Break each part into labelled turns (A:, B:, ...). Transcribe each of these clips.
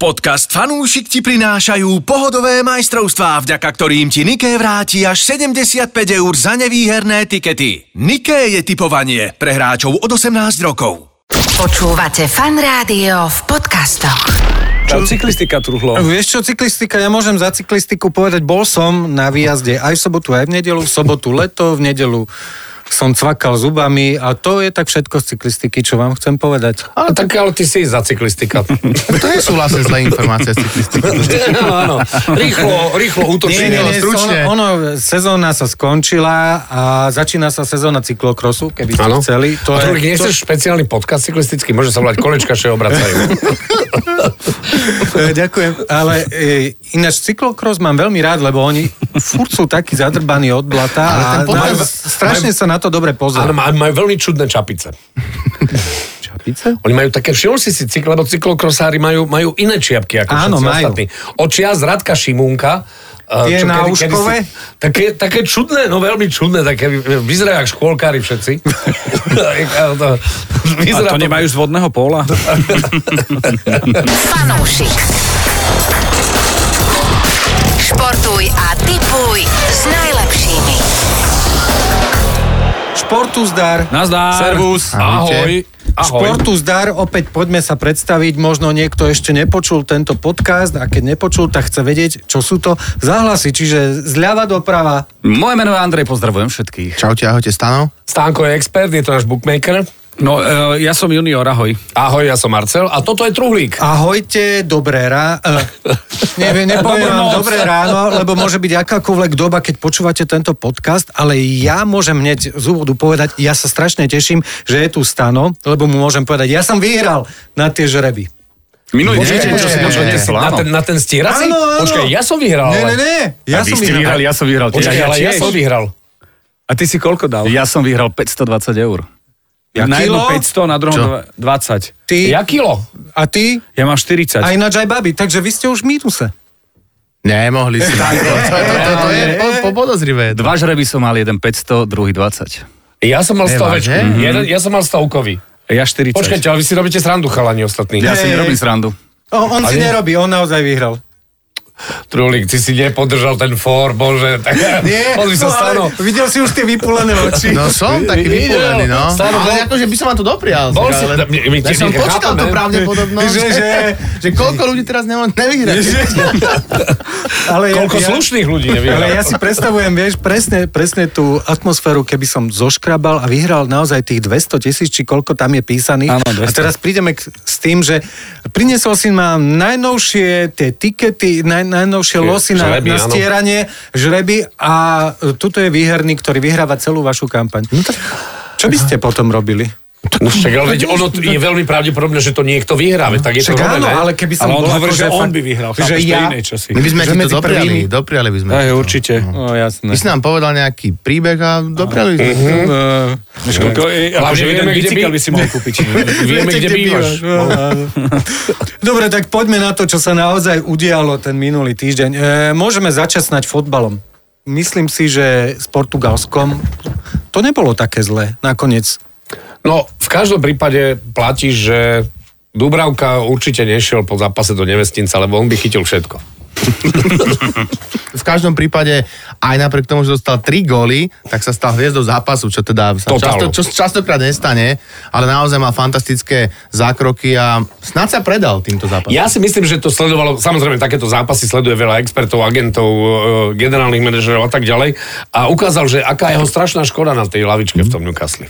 A: Podcast Fanúšik ti prinášajú pohodové majstrovstvá, vďaka ktorým ti Niké vráti až 75 eur za nevýherné tikety. Niké je typovanie pre hráčov od 18 rokov.
B: Počúvate fan rádio v podcastoch.
C: Tá cyklistika truhlo.
D: Vieš čo, cyklistika, ja môžem za cyklistiku povedať, bol som na výjazde aj v sobotu, aj v nedelu, v sobotu leto, v nedelu som cvakal zubami a to je tak všetko z cyklistiky, čo vám chcem povedať.
C: Ale tak, ale ty si za cyklistika.
E: To je sú vlastne zlé informácie z cyklistiky.
C: áno, áno. Rýchlo, rýchlo útočí.
E: Nie, nie, nie.
D: ono,
E: stručne.
D: ono, sezóna sa skončila a začína sa sezóna cyklokrosu, keby ste
C: Áno.
D: chceli. To
C: a
D: je,
C: Trulik,
D: to,
C: nechceš špeciálny podcast cyklistický? Môže sa volať Kolečka še obracajú.
D: E, Ďakujem, ale e, ináč cyklokros mám veľmi rád, lebo oni furt sú takí zadrbaní od blata a
E: ten
D: majú-
E: pohľad-
D: strašne sa na to dobre
C: Áno,
D: pozerá.
C: majú, majú veľmi čudné čapice.
D: Čapice?
C: Oni majú také, všimol si si cykl, lebo cyklokrosári majú, majú iné čiapky ako
D: Áno,
C: všetci
D: majú.
C: ostatní. Očia z Radka Šimúnka. eh,
D: Tie
C: čo kedy-
D: náuškové?
C: kedysi- Také, také čudné, no veľmi čudné, také vy- vyzerajú ako škôlkári všetci.
F: A
C: Vyzerá
F: to nemajú z vodného póla?
B: Fanúšik. Športuj a tipuj s najlepšími.
D: Športu zdar.
F: Nazdar.
D: Servus.
F: Ahoj. Ahoj.
D: Športu zdar, opäť poďme sa predstaviť, možno niekto ešte nepočul tento podcast a keď nepočul, tak chce vedieť, čo sú to záhlasy, čiže zľava doprava.
F: Moje meno je Andrej, pozdravujem všetkých.
E: Čaute, ahojte, Stano.
C: Stánko je expert, je to náš bookmaker.
F: No, e, ja som junior, ahoj.
C: Ahoj, ja som Marcel a toto je Truhlík.
D: Ahojte, dobré ráno. Neviem, nepoviem
F: Dobrú noc.
D: vám dobré ráno, lebo môže byť akákoľvek doba, keď počúvate tento podcast, ale ja môžem hneď z úvodu povedať, ja sa strašne teším, že je tu Stano, lebo mu môžem povedať, ja som vyhral na tie žreby.
F: Minulý
C: Počkaj,
E: počkaj,
C: počkaj,
E: počkaj,
C: počkaj,
E: počkaj,
C: na ten, na ten stierací?
D: Áno, áno.
C: Počkaj, ja som
F: No,
C: vyhral.
D: Ne,
C: ale-
D: ne, ne, ja som vyhral.
G: ja som vyhral
C: Počkaj, ale ja som vyhral.
F: A ty si koľko dal?
G: Ja som vyhral 520 eur.
F: na
D: kilo?
F: jednu 500, na druhom dva- 20.
D: Ty
C: Ja kilo.
D: a ty
F: Ja mám 40.
D: a ináč aj babi, takže vy ste už v mínuse.
E: Nemohli si. To, to, to, to, to je po, po podozrivé.
G: Dva žreby som mal, jeden 500, druhý 20.
C: Ja som mal stovečku.
D: Mhm.
E: Nevážne?
C: Jeden- Ja som mal stovkový.
F: Ja 40.
C: Počkajte, ale vy si robíte srandu, chalani ostatní.
G: Ja si
D: Hej.
G: nerobím srandu.
D: O, on si nerobí, on naozaj vyhral.
C: Trulík, ty si nepodržal ten fór, bože. Tak, Pozri sa,
D: no, ale
C: Stano.
D: videl si už tie vypulené oči.
E: No som taký
C: Videl,
E: vypovený, no.
C: Stano, bol-
E: Ale akože by som vám to doprial.
C: Bol si-
E: ale-
C: my- my
E: Ja
C: ti-
E: som
C: my
E: počítal
C: chápame.
E: tú pravdepodobnosť.
D: Že- že-
E: že koľko ľudí teraz nemôže nevyhrať.
D: Ale
C: Koľko slušných ľudí nevyhralo.
D: Ale ja si predstavujem, vieš, presne, presne tú atmosféru, keby som zoškrabal a vyhral naozaj tých 200 tisíc, či koľko tam je písaných.
F: Áno, 200.
D: A teraz prídeme k, s tým, že priniesol si nám najnovšie tie tikety, naj, najnovšie
C: Tie
D: losy na,
C: žreby,
D: na
C: áno.
D: stieranie, žreby a e, tuto je výherný, ktorý vyhráva celú vašu kampaň. Čo by ste potom robili?
C: No však, ale veď ono t- je veľmi pravdepodobné, že to niekto vyhrá, veď tak je to
D: Však áno,
C: robené.
D: ale keby som
F: Ale on
D: bol
F: hovorí,
D: akože
F: že on
D: fakt-
F: by vyhral.
D: Že
F: chápeš, to
D: ja...
F: je iné čosi.
E: My by sme
D: Že
E: ti to
D: medzi
E: dopriali.
D: prvými.
E: Dopriali by sme.
F: Aj,
E: ti to.
F: určite. No, jasné.
E: Vy si nám povedal nejaký príbeh a dopriali sme. ti to.
F: Vieš, koľko, e,
C: Ale
F: akože
C: vieme,
F: jeden
C: kde
F: bicykel
C: by-
F: by si mohol kúpiť.
C: Vieme, kde bývaš.
D: Dobre, tak poďme na to, čo sa naozaj udialo ten minulý týždeň. E, môžeme začasnať fotbalom. Myslím si, že s Portugalskom to nebolo také zlé nakoniec.
C: No, v každom prípade platí, že Dubravka určite nešiel po zápase do nevestinca, lebo on by chytil všetko.
E: V každom prípade, aj napriek tomu, že dostal 3 góly, tak sa stal hviezdou zápasu, čo teda sa často,
C: Totálno.
E: čo, častokrát nestane, ale naozaj má fantastické zákroky a snad sa predal týmto zápasom.
C: Ja si myslím, že to sledovalo, samozrejme takéto zápasy sleduje veľa expertov, agentov, e, generálnych manažerov a tak ďalej a ukázal, že aká je jeho strašná škoda na tej lavičke v tom Newcastle.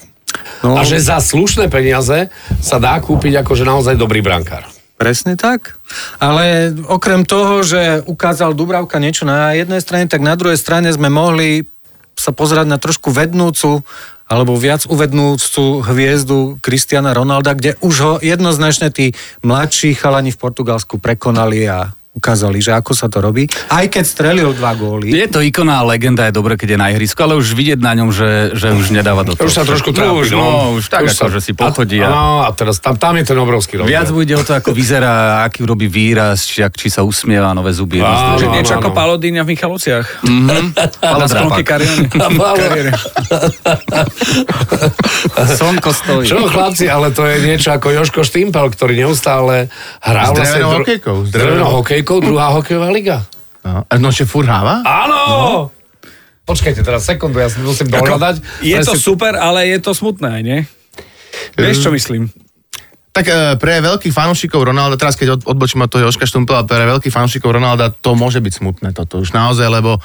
C: No. A že za slušné peniaze sa dá kúpiť akože naozaj dobrý brankár.
D: Presne tak. Ale okrem toho, že ukázal Dubravka niečo na jednej strane, tak na druhej strane sme mohli sa pozerať na trošku vednúcu alebo viac uvednúcu hviezdu Kristiana Ronalda, kde už ho jednoznačne tí mladší chalani v Portugalsku prekonali a ukázali, že ako sa to robí. Aj keď strelil dva góly.
G: Je to ikona a legenda, je dobre, keď je na ihrisku, ale už vidieť na ňom, že, že už nedáva do toho.
C: Už sa trošku trápi,
G: už, no, už tak, už ako,
C: sa-
G: že si pochodí.
C: A,
G: A,
C: áno, a teraz tam, tam je ten obrovský rozdiel.
G: Viac mu ide o to, ako vyzerá, aký urobí výraz, či, ak, či sa usmieva, nové zuby.
C: Áno,
G: Vlastne. Mhm. jednoducho,
C: áno,
G: že-
C: áno.
F: Niečo ako Palodíňa v Michalovciach. Na sklonke Kariony.
C: Ale-
G: Slnko stojí.
C: Čo, chlapci, ale to je niečo ako Joško Štimpel, ktorý neustále hrá
E: S
C: vlastne...
E: drevenou
C: dru-
E: hokejkou, s
C: S drevenou
E: drevenou-
C: hokejkou, druhá hokejová liga.
E: No, no že furt hráva?
C: Áno! Počkajte teraz sekundu, ja si musím dohľadať.
F: Je to
C: Presne-
F: super, ale je to smutné aj, nie? Vieš, čo myslím?
E: Tak e, pre veľkých fanúšikov Ronalda, teraz keď od- odbočím od toho Joška Štumpela, pre veľkých fanúšikov Ronalda to môže byť smutné toto už naozaj, lebo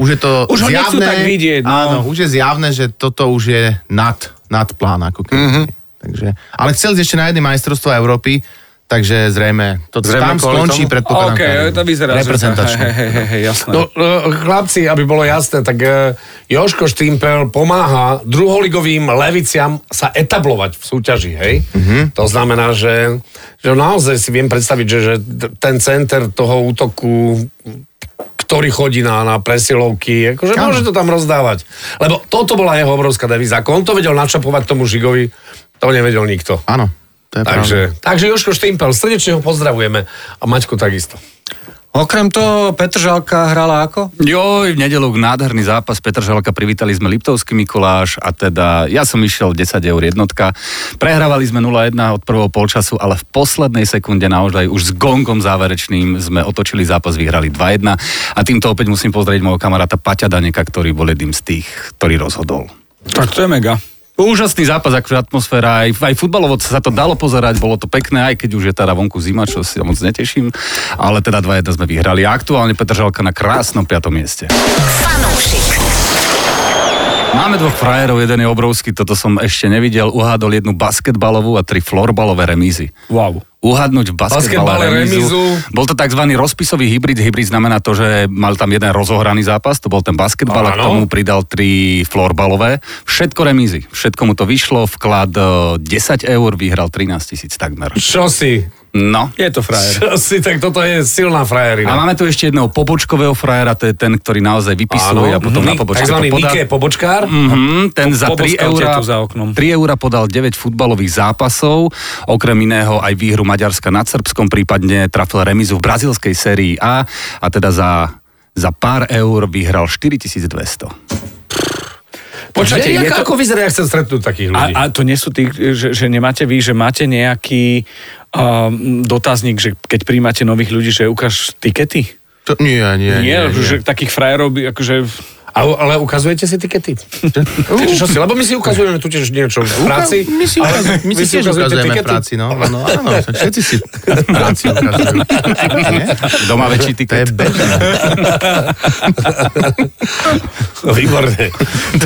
E: už je to
F: Už ho
E: zjavné,
F: nechcú tak vidieť, no.
E: Áno, už je zjavné, že toto už je nad, nad plán ako keby.
F: Mhm.
E: Mm-hmm. Takže, ale chcel ísť ešte na jedné majstrovstvo Európy, takže zrejme, to
D: Zrejme
E: tam
D: kvôli
E: skončí
D: tomu?
E: predpokladám.
F: OK,
E: kariéru.
F: to vyzerá, že...
E: Reprezentačne.
F: Hej, hej, hej, hej, jasné.
C: No, e, chlapci, aby bolo jasné, tak e, Joško Štimpel pomáha druholigovým leviciam sa etablovať v súťaži, hej? To znamená, že, že naozaj si viem predstaviť, že, že t- ten center toho útoku ktorý chodí na, na presilovky, akože
E: Áno.
C: môže to tam rozdávať. Lebo toto bola jeho obrovská devíza. Ako on to vedel načapovať tomu Žigovi, to nevedel nikto.
E: Áno, to je pravda.
C: Takže, takže Joško Štimpel, srdečne ho pozdravujeme a Maťku takisto.
D: Okrem toho, Petržalka hrala ako?
G: Joj, v nedelok nádherný zápas Petržalka, privítali sme Liptovský Mikuláš a teda ja som išiel 10 eur jednotka. Prehrávali sme 0-1 od prvého polčasu, ale v poslednej sekunde naozaj už s gongom záverečným sme otočili zápas, vyhrali 2-1 a týmto opäť musím pozrieť môjho kamaráta Paťa Daneka, ktorý bol jedným z tých, ktorý rozhodol.
F: Tak to je mega.
G: Úžasný zápas, akože atmosféra, aj, aj futbalovo sa to dalo pozerať, bolo to pekné, aj keď už je teda vonku zima, čo si moc neteším, ale teda 2-1 sme vyhrali a aktuálne Petržalka na krásnom 5. mieste.
B: Fanúšik.
G: Máme dvoch frajerov, jeden je obrovský, toto som ešte nevidel. Uhádol jednu basketbalovú a tri florbalové remízy.
F: Wow.
G: Uhadnúť v
C: Basketbale
G: basketbale remízu.
C: remízu.
G: Bol to tzv. rozpisový hybrid. Hybrid znamená to, že mal tam jeden rozohraný zápas, to bol ten basketbal a k
C: Áno.
G: tomu pridal tri florbalové. Všetko remízy. Všetko mu to vyšlo. Vklad eh, 10 eur, vyhral 13 tisíc takmer.
C: Čo si?
G: No.
F: Je to frajer.
C: Čo si? Tak toto je silná frajerina.
G: A máme tu ešte jedného pobočkového frajera, to je ten, ktorý naozaj vypisuje a potom na
C: Ni-
G: pobočke
C: Mhm.
G: to
C: Takzvaný
G: podá.
C: Nike pobočkár.
G: Mm-hmm, ten za
F: poboskal
G: 3 eurá,
F: tetu za oknom.
G: 3 eurá podal 9 futbalových zápasov, okrem iného aj výhru Maďarska nad Srbskom, prípadne trafil remizu v brazilskej sérii A a teda za, za pár eur vyhral 4200.
C: Počkajte,
F: Počkajte, je
C: jak,
F: to-
C: ako vyzerá, ja chcem stretnúť takých ľudí.
F: A, a to nie sú tí, že, že nemáte vy, že máte nejaký um, dotazník, že keď príjmate nových ľudí, že ukáž tikety?
E: To, nie, nie, nie.
F: Nie, no,
E: nie.
F: že takých frajerov by, akože...
C: A, ale ukazujete si tikety? Viete, čo si? Lebo my si ukazujeme tu tiež niečo v práci.
E: No, My si,
C: ale
E: ukazu- my
C: vy
E: si tiež
C: ukazujete
E: ukazujeme v
C: tikety?
E: práci, no. no áno, však všetci si v práci ukazujú. Nie?
G: Kto má väčší
E: To je
G: tiket?
E: bežné.
C: No, Výborné.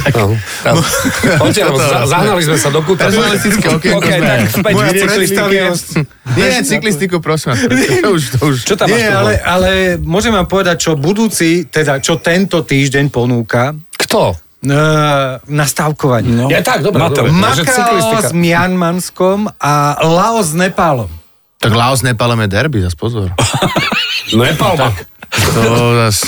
C: tak, no. Teraz- Poďte, no, za- zahnali sme sa do kúta.
E: Personalistické okienko
F: OK,
E: sme.
F: tak späť
E: Moja
F: k cyklistike.
E: predstavivosť. Nie, cyklistiku, prosím vás. To už, to už.
F: Čo tam máš
D: Nie,
F: toho?
D: ale, ale môžem vám povedať, čo budúci, teda čo tento týždeň ponúka
C: Kto?
D: na, na stavkovaní. No.
C: Ja tak, dobre.
F: Mateo.
C: dobre. Takže
D: Makao
C: cyklistika.
D: s Mianmanskom a Laos s Nepálom.
E: Tak Laos nepáleme derby, zas pozor.
C: No je palmak.
E: To zas...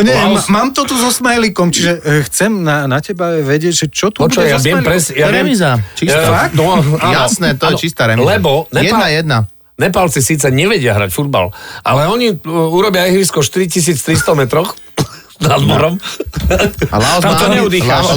D: Nie, ma- mám to tu so smajlikom, čiže e, chcem na, na teba vedieť, že čo tu
C: Počkaj,
D: bude
C: ja
D: so
C: viem
D: smajlikom.
C: presne. Ja viem,
E: Remíza. Čistá.
C: Ja-
E: Fakt?
C: No, áno,
E: Jasné, to je
C: áno.
E: čistá remíza.
C: Lebo
E: Jedna jedna.
C: Nepálci síce nevedia hrať futbal, ale oni uh, urobia ihrisko 4300 metroch nad morom. No.
E: A Laos,
F: Tam
E: má,
F: to
E: ambi-
F: neudýcháš.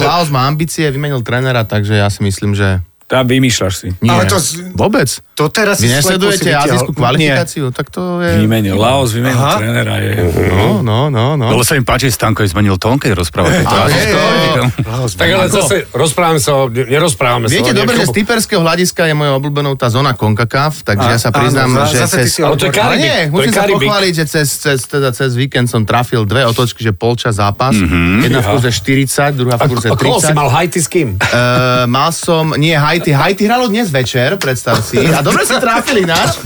E: Laos, Laos má ambície, vymenil trénera, takže ja si myslím, že
F: Tá vymýšľaš si.
E: nie.
D: Ale to s-
E: Vôbec.
D: To teraz
E: Vy
D: si slepo si
E: nesledujete
D: vytiahol.
E: azijskú kvalifikáciu? Tak to je...
F: Vymenil Laos, vymenil
D: Aha.
F: trénera. Je.
E: No, no, no, no.
G: Mhm. Lebo sa mi páči, Stanko je zmenil tón, keď rozprával.
E: Ale
G: Áno,
E: je,
G: to-
E: je,
C: Tak ale zase rozprávame sa, o- ne- nerozprávame sa.
E: Viete
C: o
E: dobre, že z
C: nejakom-
E: typerského hľadiska je mojou obľúbenou tá zóna Konkakav, takže
D: A-
E: ja sa priznám,
D: áno, za-
E: že...
D: zase ty
E: cez...
D: si Ale to je
E: Ale
C: Karibik,
E: nie,
C: to je
E: musím sa
C: Karibik.
E: pochváliť, že cez, cez, teda cez víkend som trafil dve otočky, že polčas zápas. Jedna v kurze 40, druhá v kurze
C: A koho si
E: 30.
C: mal hajty s kým?
E: Uh, Eh, mal som, nie, Haiti. Haiti hralo dnes večer, predstav si. A dobre si trafili náš.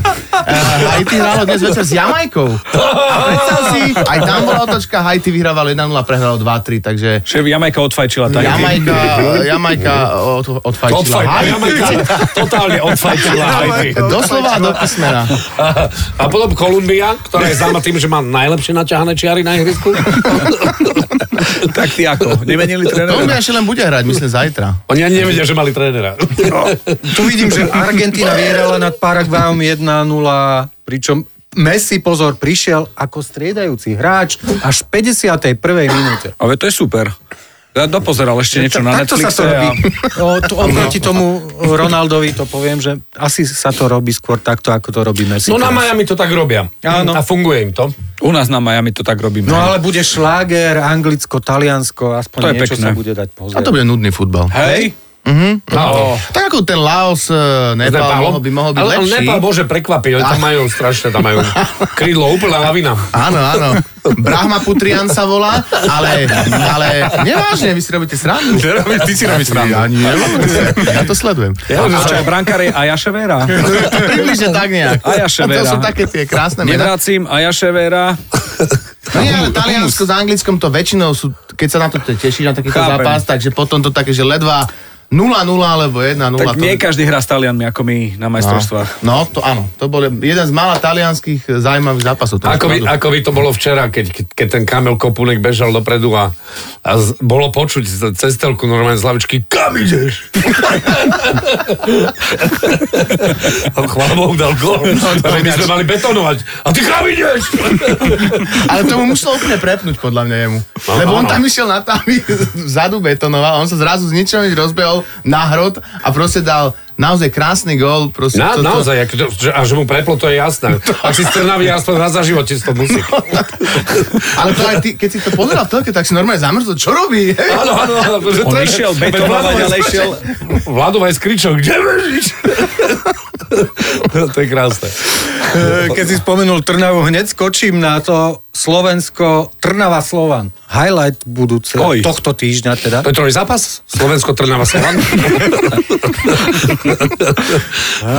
E: Haiti hralo dnes večer s Jamajkou. A predstav si, aj tam bola otočka, Haiti vyhrával 1-0, prehralo 2-3, takže...
F: Že Jamajka odfajčila tak.
E: Jamajka, Jamajka eh, od, odfajčila.
C: Odfajčila.
E: Haiti.
C: Jamajka totálne odfajčila Haiti.
E: Doslova do písmena.
C: A potom Kolumbia, ktorá je známa tým, že má najlepšie naťahané čiary na ihrisku.
F: tak ty ako? Nemenili trénera?
E: Kolumbia ešte len bude hrať, myslím, zajtra.
C: Oni ani nevedia, že mali trénera.
D: Tu vidím, že Argentina vyhrala nad Paraguajom 1-0, pričom Messi, pozor, prišiel ako striedajúci hráč až v 51. minúte.
F: Ale to je super. Ja dopozeral ešte niečo na
D: Takto sa to
F: Netflixe. No.
D: robí. O, to, oproti tomu Ronaldovi to poviem, že asi sa to robí skôr takto, ako to robí Messi.
C: No na
D: teraz.
C: Miami to tak robia.
D: Áno.
C: A funguje im to.
F: A u nás na Miami to tak robíme.
D: No ale bude šláger, Anglicko, Taliansko, aspoň
F: To je
D: niečo
F: pekné.
D: sa bude dať pozrieť.
E: A to bude nudný futbal.
F: Hej?
C: No.
E: Tak ako ten Laos, eh, Nepal, mohol by, mohol byť
C: ale, ale
E: lepší.
C: Nepal môže prekvapiť, ale tam majú strašne, tam majú krídlo, úplná lavina.
E: Áno, áno. Brahma Putrian sa volá, ale, ale nevážne, vy si robíte srandu.
G: Ty si robíš srandu.
E: Ja, nie, ja to sledujem.
F: Ja, čo je brankár je Ajaše Vera.
E: Približne tak nejak.
F: A ja Ševera.
E: To sú také tie krásne mená.
F: Nevracím Ajaše Vera.
E: No nie, ale Taliansko s Anglickom to väčšinou sú, keď sa na to te- tešíš na takýto
F: Chápem.
E: zápas, takže potom to také, že ledva 0-0 alebo 1-0.
F: Tak
E: to-
F: nie každý hrá s Talianmi ako my na majstrovstvách.
E: No, to áno. To bol jeden z mála talianských eh, zaujímavých zápasov. to máš
C: Ako by,
E: pravdu.
C: ako by to bolo včera, keď, keď- keď ten Kamil Kopunek bežal dopredu a, a z, bolo počuť z cez telku normálne z lavičky, kam ideš? a chvála Bohu dal gol. Ale my sme mali betonovať. A ty kam ideš?
E: Ale tomu muselo úplne prepnúť podľa mňa jemu.
C: No,
E: Lebo on
C: áno.
E: tam išiel na tami vzadu betonoval, on sa zrazu z ničoho nič rozbehol na hrot a proste dal naozaj krásny gól. Proste,
C: Na, no.
E: to- to-
C: naozaj, ak, že, a že mu preplo, to je jasné. Ak si strnavý, aspoň raz za život ti to musí.
E: Ale to aj ty, keď si to pozeral v telke, tak si normálne zamrzol, čo robí? hej?
C: Áno, áno, áno. akože
F: On
C: to je-
F: išiel
C: Veď
F: betonovať,
C: Vlado-
F: ale išiel...
C: Vlado aj skričal, kde bežíš? to je krásne.
D: E, Keď si spomenul Trnavu, hneď skočím na to Slovensko, Trnava Slovan. Highlight budúce,
F: Oj.
D: tohto týždňa teda.
C: To je troj zápas? Slovensko Trnava Slovan?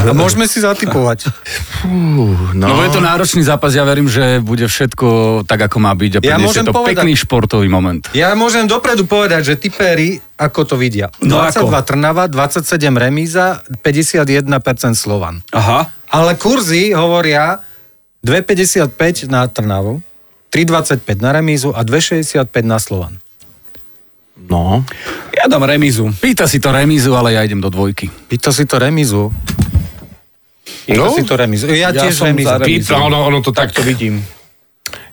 D: A môžeme si zatipovať.
G: No, bude to náročný zápas, ja verím, že bude všetko tak, ako má byť a
D: Ja
G: priniesie
D: môžem
G: to
D: povedať-
G: pekný športový moment.
D: Ja môžem dopredu povedať, že tipéri, ako to vidia.
F: No
D: 22
F: ako?
D: Trnava, 27 Remíza, 51% Slovan.
F: Aha.
D: Ale kurzy hovoria 2,55 na Trnavu, 3,25 na Remízu a 2,65 na Slovan.
E: No.
F: Ja dám remizu.
G: Pýta si to remízu, ale ja idem do dvojky.
D: Pýta si to Remízu. Pýta
C: No,
D: si to Remízu. Ja,
F: Ja
D: tiež
F: som
D: Remízu.
F: za Remízu.
C: pýta, ono, ono No to takto vidí.
F: Vidím.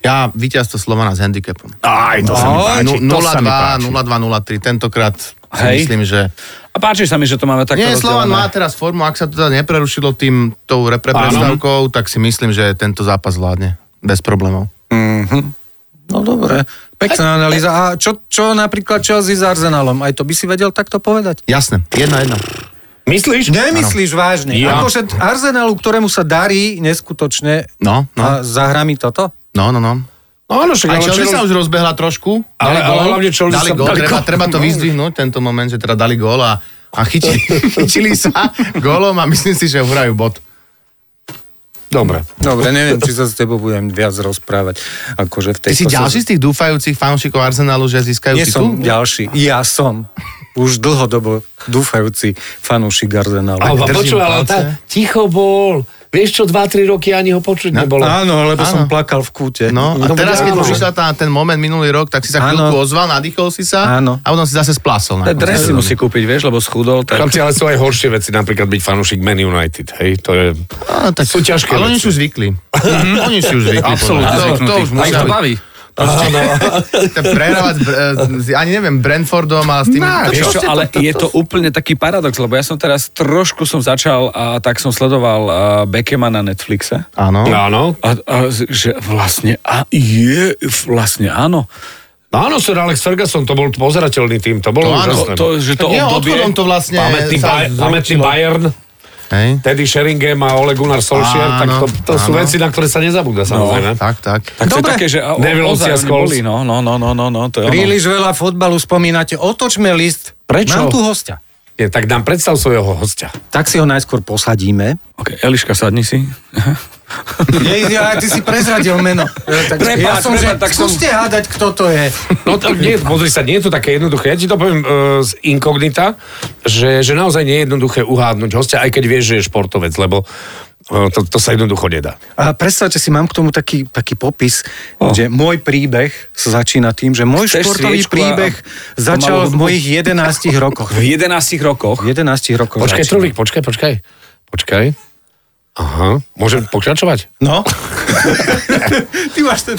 E: Ja víťazstvo Slovana s handicapom.
G: Aj, to sa mi
F: No,
G: páči,
E: Nu- 0-2, 0-2, 0-3, tentokrát si
F: Hej.
E: myslím, že...
F: A páči sa mi, že to máme takto
E: Nie, Slovan má
F: rozdelené.
E: teraz formu, ak sa to teda neprerušilo tým tou repre prestávkou, tak si myslím, že tento zápas vládne bez problémov.
D: No dobre. Pekná analýza. A čo, čo napríklad Chelsea s Arsenalom? Aj to by si vedel takto povedať?
E: Jasné, jedna jedna.
C: Myslíš?
D: Nemyslíš ano. vážne?
C: Ja.
D: Akože Arsenalu, ktorému sa darí neskutočne
E: No, no.
D: a zahra mi toto?
E: No, no, no.
C: No, áno, však,
E: Aj
C: ale,
E: Chelsea
C: Chelsea-
E: sa už rozbehla trošku.
C: ale, ale hlavne Chelsea
E: dali
C: sa...
E: gól, treba, treba to vyzdvihnúť, tento moment, že teda dali gól a, a chytili, chytili sa gólom a myslím si, že uhrajú bod.
C: Dobre.
D: Dobre, neviem, či sa s tebou budem viac rozprávať. Akože v
E: Ty si ďalší z tých dúfajúcich fanúšikov Arsenalu, že získajú
D: Nie som
E: titul?
D: ďalší. Ja som už dlhodobo dúfajúci fanúšik Arsenalu.
C: Ale,
E: držím
C: počuj, ale
E: palce.
C: tá, ticho bol. Vieš čo, 2-3 roky ani ho počuť
E: No.
C: nebolo.
D: Áno, lebo som
E: Áno.
D: plakal v kúte.
E: No a teraz, keď
C: áno.
E: už išiel tá, ten moment minulý rok, tak si sa
D: Áno.
E: chvíľku ozval, nadýchol si sa
D: Áno.
E: a potom si zase splasol. na
F: Ten
E: konci
F: dres si
E: sezóny.
F: musí kúpiť, vieš, lebo schudol. Tak...
C: Chlapci, ale sú aj horšie veci, napríklad byť fanúšik Man United, hej, to je...
E: Á, No, tak,
C: Sú ťažké
E: Ale oni
C: veci.
E: sú zvyklí. oni sú zvyklí.
G: Absolútne
E: podľa mňa. to, to
G: zvyknutý.
E: už
G: A ich
E: musia
G: to
E: byť.
G: baví.
E: To Prehrávať, br- e, s- ani neviem, Brentfordom a s tým... to
F: Vieš čo,
E: proste-
F: ale je to úplne taký paradox, lebo ja som teraz trošku som začal a tak som sledoval a, Beckema na Netflixe.
E: Áno.
C: No, Áno.
F: A, a že vlastne, a je, vlastne áno.
C: No, Áno, Sir Alex Ferguson, to bol pozerateľný tým, to
E: To
C: bolo
E: áno,
C: úžasné.
F: To, že to
E: Tak jeho
F: obdobie...
E: odchodom to vlastne
C: Pamätný,
E: sa
C: Bay-
E: zrušilo.
C: pamätný Bayern,
E: Hej.
C: Teddy Sheringham a Ole Gunnar Solskjaer, tak to, to sú
E: áno. No,
C: veci, na ktoré sa nezabúda, samozrejme.
E: Tak, tak.
F: Tak to je také, že a- o-
C: Devilovci a
F: ozaj, oni
C: Scholes.
F: boli, no, no, no, no, no, no, to je ono.
D: Príliš veľa fotbalu spomínate. Otočme list.
F: Prečo?
D: Mám tu hostia.
C: Nie, tak nám predstav svojho hostia.
D: Tak si ho najskôr posadíme.
F: OK, Eliška, sadni si.
D: Jej, ja, ty si prezradil meno. Ja, tak,
C: Prepáč,
D: ja som, že
C: prepáč, tak som-
D: skúste hádať, kto to je.
C: No to, nie, pozri sa, nie je to také jednoduché. Ja ti to poviem e, z inkognita, že, že naozaj nie je jednoduché uhádnuť hostia, aj keď vieš, že je športovec, lebo e, to, to sa jednoducho nedá.
D: A predstavte si, mám k tomu taký, taký popis, oh. že môj príbeh sa začína tým, že môj
F: Chceš
D: športový
F: sviečku a-
D: príbeh
F: a pomalú
D: začal v
F: hudbu?
D: mojich 11 rokoch.
F: V 11 rokoch.
D: 11 rokoch.
C: Počkaj,
D: začína.
C: Trulík, počkaj, počkaj. Počkaj. Aha, môžem pokračovať?
D: No. Ty máš ten...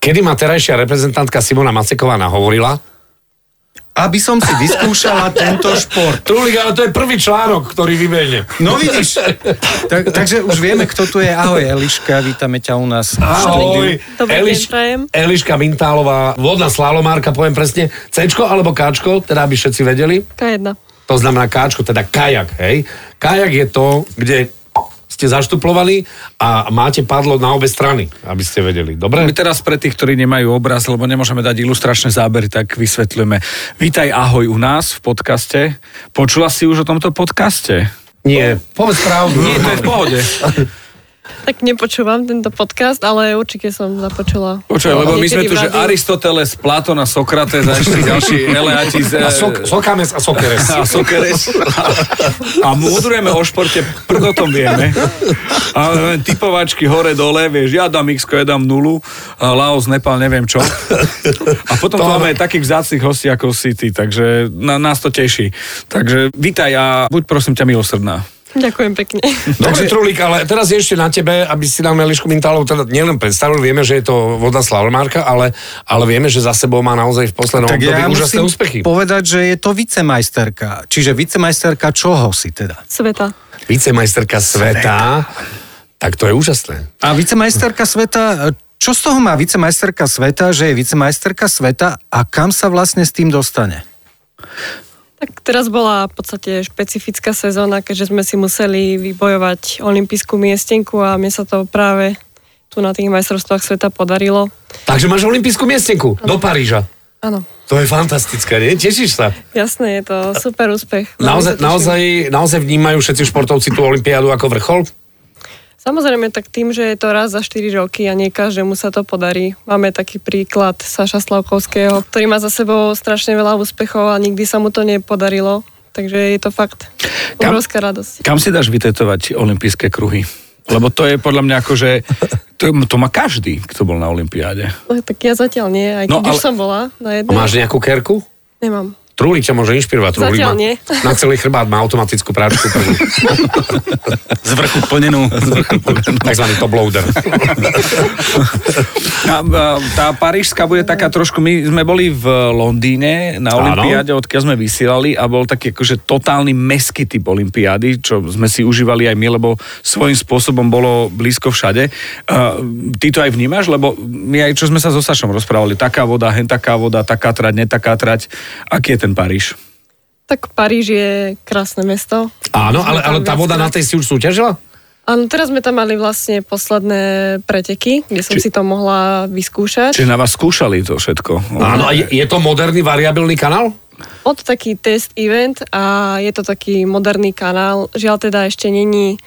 C: Kedy ma terajšia reprezentantka Simona Maceková nahovorila?
D: Aby som si vyskúšala tento šport.
C: Trulík, ale to je prvý článok, ktorý vybehne.
D: No vidíš. Tak, takže už vieme, kto tu je. Ahoj Eliška, vítame ťa u nás.
C: Ahoj,
H: Dobrý deň, prajem.
C: Eliška Mintálová, vodná slalomárka, poviem presne, C alebo K, teda aby všetci vedeli.
H: K1.
C: To znamená káčko, teda kajak, hej. Kajak je to, kde ste zaštuplovaní a máte padlo na obe strany, aby ste vedeli. Dobre?
F: My teraz pre tých, ktorí nemajú obraz, lebo nemôžeme dať ilustračné zábery, tak vysvetľujeme. Vítaj, ahoj u nás v podcaste. Počula si už o tomto podcaste?
C: Nie, povedz pravdu.
F: Nie, to je v pohode.
H: Tak nepočúvam tento podcast, ale určite som započula.
F: Počuaj, lebo my sme
H: Niekedy
F: tu,
H: v
F: že
H: rádiu.
F: Aristoteles, Platón a Sokrates a ešte ďalší eleati z...
C: A sok, sokames a sokeres.
F: a Sokeres. A múdrujeme o športe, prd o tom vieme. A len typovačky hore, dole, vieš, ja dám x ja dám nulu, a Laos, Nepal, neviem čo. A potom to máme takých vzácných hostí ako si ty, takže na, nás to teší. Takže vítaj a buď prosím ťa milosrdná.
H: Ďakujem pekne.
C: Dobre, Trulík, ale teraz je ešte na tebe, aby si nám Elišku Mintálov teda nielen predstavil, vieme, že je to voda slalomárka, ale, ale vieme, že za sebou má naozaj v poslednom
D: Tak
C: období
D: ja
C: úžasné
D: musím
C: úspechy.
D: povedať, že je to vicemajsterka. Čiže vicemajsterka čoho si teda?
H: Sveta.
C: Vicemajsterka sveta, tak to je úžasné.
D: A vicemajsterka sveta, čo z toho má vicemajsterka sveta, že je vicemajsterka sveta a kam sa vlastne s tým dostane?
H: Tak teraz bola v podstate špecifická sezóna, keďže sme si museli vybojovať olympijskú miestenku a mne sa to práve tu na tých majstrovstvách sveta podarilo.
C: Takže máš olimpijskú miestenku do Paríža.
H: Áno,
C: To je fantastické, nie? Tešíš sa?
H: jasné, je to super úspech. Veľmi No,
C: Naozaj,
H: sa teším.
C: naozaj, naozaj vnímajú všetci športovci tú olympiádu ako vrchol?
H: Samozrejme, tak tým, že je to raz za 4 roky a nie každému sa to podarí. Máme taký príklad Saša Slavkovského, ktorý má za sebou strašne veľa úspechov a nikdy sa mu to nepodarilo. Takže je to fakt
F: Kam-
H: obrovská radosť.
F: Kam si dáš vytetovať olympijské kruhy? Lebo to je podľa mňa ako, že to, to má každý, kto bol na olympiáde.
H: No, tak ja zatiaľ nie, aj
F: No,
H: keď no, ale... už
F: ale-
H: som bola na
C: A
H: jednej.
C: máš nejakú kerku?
H: Nemám.
C: Trulík ťa môže inšpirovať. Trulík
H: Zatiaľ
C: má-
H: nie.
C: Na celý chrbát má automatickú práčku. prvú.
G: Z vrchu plnenú.
C: Takzvaný top loader.
F: A, a, tá parížska bude taká trošku, my sme boli v Londýne na
C: Áno.
F: Olympiáde, odkiaľ sme vysielali a bol taký akože totálny meský typ Olympiády, čo sme si užívali aj my, lebo svojím spôsobom bolo blízko všade. A, ty to aj vnímaš, lebo my aj čo sme sa so Sašom rozprávali, taká voda, hen taká voda, taká trať, netaká trať. Aký je ten Paríž?
H: Tak Paríž je krásne mesto.
C: Áno,
H: Sme
C: ale,
H: tam
C: ale tá voda
H: viackrát.
C: na tej si už súťažila?
H: Áno, teraz sme tam mali vlastne posledné preteky, kde som
F: Či-
H: si to mohla vyskúšať.
F: Čiže na vás skúšali to všetko.
C: Áno, a je, je to moderný variabilný kanál?
H: Od taký test event a je to taký moderný kanál. Žiaľ teda ešte není,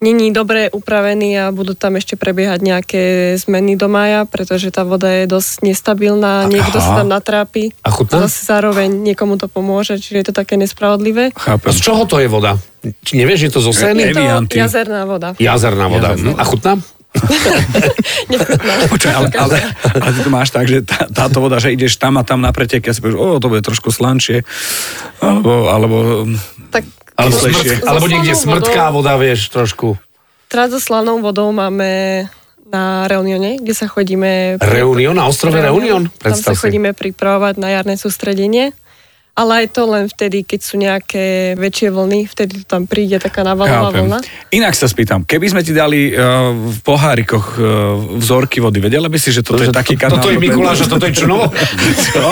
H: není dobre upravený a budú tam ešte prebiehať nejaké zmeny do maja, pretože tá voda je dosť nestabilná, niekto sa tam natrápi.
C: A chutná?
H: Zase zároveň niekomu to pomôže, čiže je to také nespravodlivé.
C: A
F: Chápem.
C: z čoho to je voda? Či nevieš, je to zo
H: Je
C: seny?
H: to
F: Evianty.
H: jazerná voda.
C: Jazerná voda.
F: Jazerná.
C: Hm, A chutná?
H: Nechutná.
F: Počkaj, ale, ale, ale ty to máš tak, že tá, táto voda, že ideš tam a tam na pretek a si povieš, o, to bude trošku slanšie, alebo, alebo
H: Tak
C: Alebo, smrt,
F: Kyslejšie.
C: alebo niekde
H: So slanou
C: smrtká voda, vieš, trošku.
H: teraz so slanou vodou máme na Reunione, kde sa chodíme...
C: Reunión, na ostrove Reunión?
H: Tam sa
C: Predstav si.
H: chodíme pripravovať na jarné sústredenie. Ale aj to len vtedy, keď sú nejaké väčšie vlny, vtedy tam príde taká návalová
F: chápem.
H: vlna.
F: Inak sa spýtam, keby sme ti dali uh, v pohárikoch uh, vzorky vody, vedela by si, že toto je taký kanál?
C: Toto je Mikuláš a toto je No, Čunovo?
F: Čo?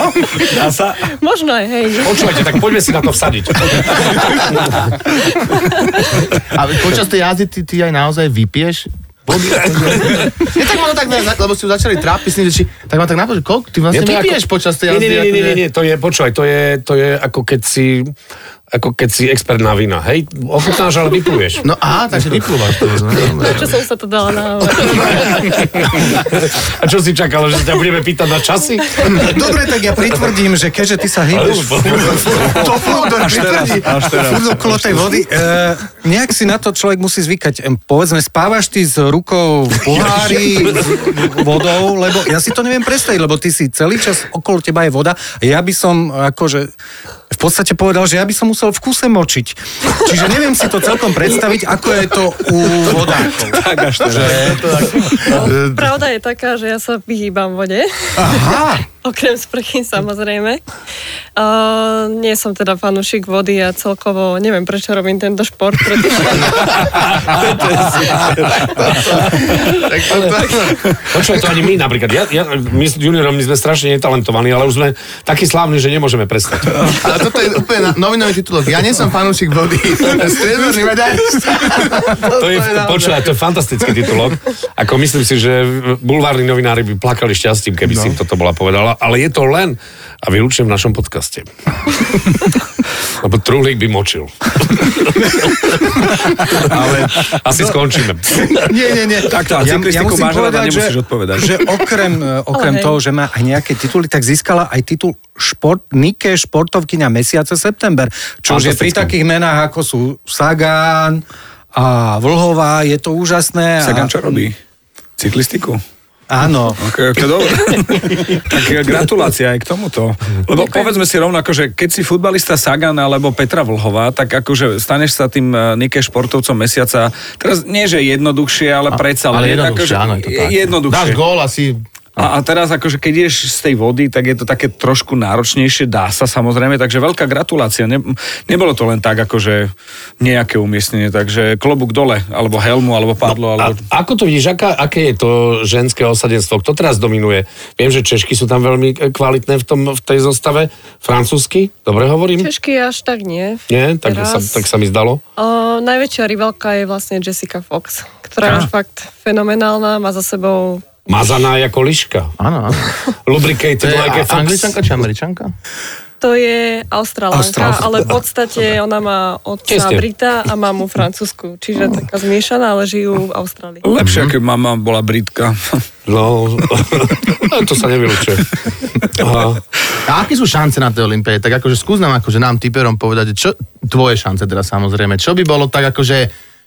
F: Dá sa?
H: Možno aj, hej. nie?
C: Počúvajte, tak poďme si na to vsadiť.
E: A počas tej jazdy ty, ty aj naozaj vypiješ Nie, tak ma to tak, ne- lebo ste ju začali trápiť s tým, že či, tak ma tak napadlo, že koľko ty
C: Je
E: vlastne
C: to
E: vypiješ
C: ako-
E: počas tej
C: nie, nie, nie,
E: jazdy,
C: nie,
E: akože-
C: nie, nie, to je, počúvaj, to je, to je ako keď si ako keď si expert na vína, hej? Ochutnáš, ale vypluješ.
E: No á, takže vyplúvaš to. no.
H: Prečo som sa to dala na
C: A čo si čakala, že ťa budeme pýtať na časy?
D: Dobre, tak ja pritvrdím, že keďže ty sa hýbeš to fúdor pritvrdí furt okolo tej vody. E, nejak si na to človek musí zvykať. Em, Povedzme, spávaš ty s rukou v pohári s vodou, lebo ja si to neviem predstaviť, lebo ty si celý čas okolo teba je voda a ja by som akože v podstate povedal, že ja by som musel v kuse močiť. Čiže neviem si to celkom predstaviť, ako je to u vodákov.
F: Tak až teraz.
H: Pravda je taká, že ja sa vyhýbam vode.
D: Aha,
H: Okrem sprchy samozrejme. Uh, nie som teda fanúšik vody a celkovo neviem, prečo robím tento šport, pretože
E: Tak to- to-
C: Počúvaj, to ani my napríklad. Ja, ja, my s juniorom my sme strašne netalentovaní, ale už sme takí slávni, že nemôžeme prestať.
E: Ale toto je úplne na- novinový titulok. Ja nie som fanúšik vody. Strieborný medailista.
C: To je, počúvaj, to je fantastický titulok. Ako myslím si, že bulvárni novinári by plakali šťastím, keby no. si im toto bola povedala. Ale je to len a výlučne v našom podcaste. Lebo truhlík by močil. Ale No. asi skončíme.
D: Nie, nie, nie.
F: Tak tá, cyklistiku
D: musím
F: máš rada,
D: povedať,
F: nemusíš odpovedať.
D: Že okrem, eh, okrem
H: Ale hej.
D: toho, že má aj nejaké tituly, tak získala aj titul šport, Nike športovkyňa mesiaca september. Čo už je pri
C: Fantastické.
D: takých menách, ako sú Sagan a Vlhová, je to úžasné.
F: Sagan
D: a,
F: čo robí? Cyklistiku?
D: Áno.
F: Ok, ok, dobre. tak gratulácia aj k tomuto. Lebo povedzme si rovnako, že keď si futbalista Sagan alebo Petra Vlhová, tak akože staneš sa tým eh, Nike športovcom mesiaca. Teraz nie, že jednoduchšie, ale predsa.
E: Ale
F: len akože
E: jednoduchšie, áno, je to tak.
F: Jednoduchšie.
E: Dáš gól asi...
F: A, a teraz akože keď ideš z tej vody, tak je to také trošku náročnejšie, dá sa samozrejme, takže veľká gratulácia. Ne, nebolo to len tak akože nejaké umiestnenie, takže klobúk dole, alebo helmu, alebo padlo, no,
C: A
F: alebo...
C: ako to vidíš, aká, aké je to ženské osadenstvo? Kto teraz dominuje? Viem, že Češky sú tam veľmi e, kvalitné v, tom, v tej zostave. Francúzsky? Dobre hovorím?
H: Češky až tak nie.
C: Nie? Tak sa,
H: Teraz-
C: tak sa mi zdalo.
H: O, najväčšia rivalka je vlastne Jessica Fox, ktorá je fakt fenomenálna, má za sebou...
C: Mazaná ako liška.
E: Áno, áno. To
C: Lubricated
E: je
C: like a
E: a-
C: fox.
E: angličanka či američanka?
H: To je Austrálka,
D: Austrálka.
H: ale v podstate ona má otca
C: Česne.
H: Brita a mamu Francúzsku, čiže taká zmiešaná, ale žijú v Austrálii.
E: Mhm.
F: Lepšie, keď mama bola britka.
C: No, to sa nevylučuje. Aha.
E: A aké sú šance na tej Olympie? Tak akože skús nám akože nám typerom povedať, že čo, tvoje šance teda samozrejme, čo by bolo tak akože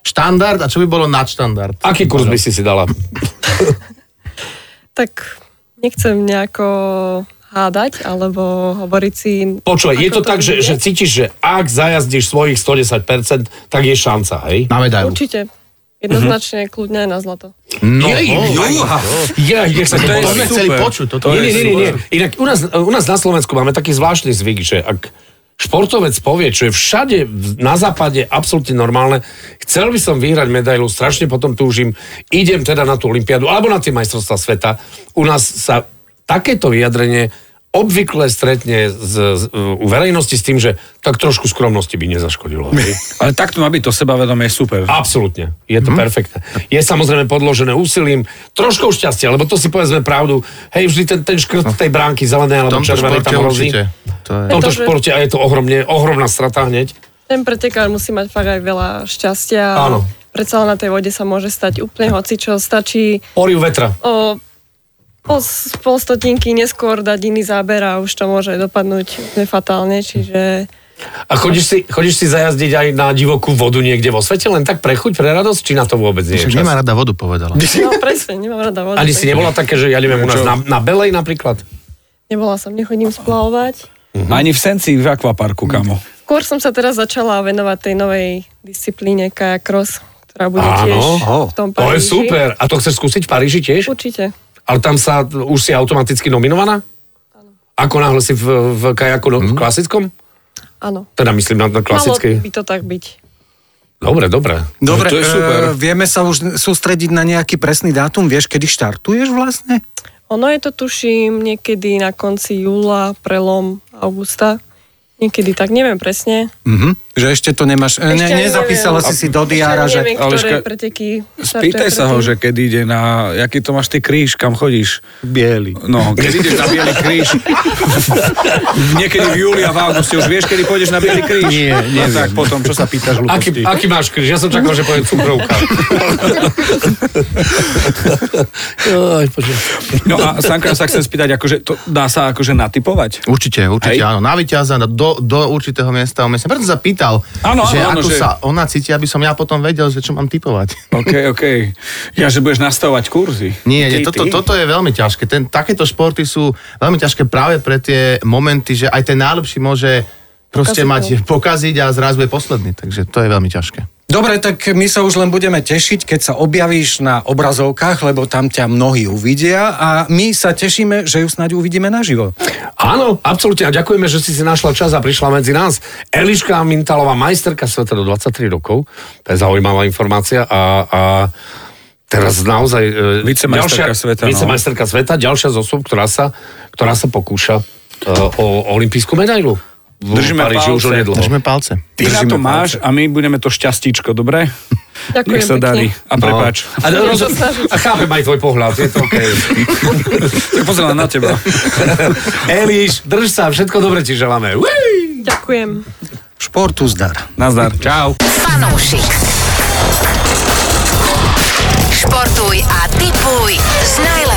E: štandard a čo by bolo nadštandard?
C: Aký kurz by si si dala?
H: Tak nechcem nejako hádať alebo hovoriť si...
C: Počúvaj, je
H: ako
C: to tak, že,
H: bude.
C: že cítiš, že ak zajazdíš svojich 110%, tak je šanca, hej?
E: Na medailu.
H: Určite.
C: Mhm.
H: Jednoznačne, kľudne aj na zlato.
E: No,
C: Jej, juha. Ja, nech sa to
E: to sme
C: podarí.
E: chceli počuť. Toto
C: Nie, nie, nie, nie, nie.
E: super.
C: Inak u nás, u nás na Slovensku máme taký zvláštny zvyk, že ak športovec povie, čo je všade v- na západe absolútne normálne, chcel by som vyhrať medailu, strašne potom túžim, idem teda na tú olympiádu alebo na tie majstrovstvá sveta. U nás sa takéto vyjadrenie obvykle stretne z, z, u verejnosti s tým, že tak trošku skromnosti by nezaškodilo. Hej?
F: Ale takto má byť to sebavedomie super.
C: Absolútne, je
E: Mhm.
C: to perfektné. Je samozrejme podložené úsilím, troškou šťastia, lebo to si povedzme pravdu, hej, vždy ten, ten škrt tej bránky zelenej alebo
E: No. tomto
C: červenej
E: športe
C: tam hrozí.
E: určite. To
C: V
E: je...
C: tomto
H: Pretože-
C: športe a je to ohromne, ohromná strata hneď.
H: Ten pretekár musí mať fakt aj veľa šťastia.
C: Áno.
H: Predsa len na tej vode sa môže stať úplne hoci, čo stačí
C: Oriu vetra.
H: o pol, pol stotinky neskôr dať iný záber a už to môže dopadnúť úplne fatálne, čiže
C: A chodíš si, chodíš si zajazdiť aj na divokú vodu niekde vo svete, len tak pre chuť, pre radosť, či na to vôbec nie je
E: Však
C: čas?
E: nemá rada vodu, povedala.
H: no presne, nemám rada vodu.
C: Ani si
H: takže-
C: nebola také, že ja neviem, u nás na, na Belej napríklad?
H: Nebola som, nechodím splavovať.
F: Ani v senci v akvaparku, kamo.
H: Skôr som sa teraz začala venovať tej novej disciplíne kajak cross, ktorá bude tiež v tom
C: to je
H: Paríži.
C: super. A to chceš skúsiť v Paríži tiež?
H: Určite.
C: Ale tam sa už si automaticky nominovaná? Ako náhle si v, v kajaku no,
E: Mhm.
C: v klasickom?
H: Áno.
C: Teda myslím na, na
H: Klasicky. Malo
C: klasickej.
H: by to tak byť.
C: Dobre, dobre.
D: Dobre,
F: No, to je super.
D: e, vieme sa už sústrediť na nejaký presný dátum. Vieš, kedy štartuješ vlastne?
H: Ono je to tuším niekedy na konci júla, prelom augusta. Niekedy tak, neviem presne.
D: Mhm. Že ešte to nemáš, ešte ne,
H: Ešte ani
D: nezapísala si
H: neviem.
D: si do diára,
H: Ešte
D: že...
H: neviem,
F: Ale
H: ktoré
F: ška-
H: preteky štartuje
F: Spýtaj sa ho,
H: predtým.
F: že kedy ide na... Jaký to máš ty kríž, kam chodíš?
D: Bielý.
F: No, keď ideš na Bielý kríž, niekedy v júli a v auguste, už vieš, kedy pôjdeš na Bielý kríž? Nie, nie. No tak potom, čo sa pýtaš,
C: Aký,
F: hlúposti?
C: aký máš kríž? Ja som čakal, že poviem cukrovka. Joj, počkaj.
F: No a Sanka, ja sa chcem spýtať, akože to dá sa akože natypovať?
E: Určite, určite, áno. Na víťaza, na- do, do určitého miesta umiestnené. Preto som sa pýtal,
F: Áno,
E: že
F: áno, áno,
E: ako
F: že-
E: sa ona cíti, aby som ja potom vedel, že čo mám typovať.
F: OK, OK. Ja, že budeš nastavovať kurzy.
E: Nie, nie
F: Ty,
E: toto,
F: ty.
E: toto je veľmi ťažké. Ten, takéto športy sú veľmi ťažké práve pre tie momenty, že aj ten najlepší môže proste
H: Pokaziť
E: mať pokaziť a zrazu je posledný. Takže to je veľmi ťažké.
D: Dobre, tak my sa už len budeme tešiť, keď sa objavíš na obrazovkách, lebo tam ťa mnohí uvidia a my sa tešíme, že ju snáď uvidíme naživo.
C: Áno, absolútne. A ďakujeme, že si si našla čas a prišla medzi nás. Eliška Mintalová, majsterka sveta do 23 rokov. To je zaujímavá informácia. A, a teraz naozaj... e,
F: Vicemajsterka sveta, no.
C: Vicemajsterka sveta, ďalšia z osob, ktorá sa, ktorá sa pokúša e, o olimpijskú medailu. V
F: Držíme
C: Paríži už
F: palce.
C: onedlho.
E: Držme palce.
F: Ty na to máš a my budeme to šťastíčko, dobre?
H: Ďakujem
F: Nech sa
H: pekne.
F: darí. A
C: No.
F: prepáč.
C: A,
H: Budem sa snažiť.
C: a chápem aj tvoj pohľad, je to okay.
F: Tak pozerám na teba.
C: Eliš, drž sa, všetko dobre ti želáme. Uí!
H: Ďakujem.
D: Športu zdar.
F: Nazdar. Čau.
B: Fanúšik. Športuj a tipuj s najlepším.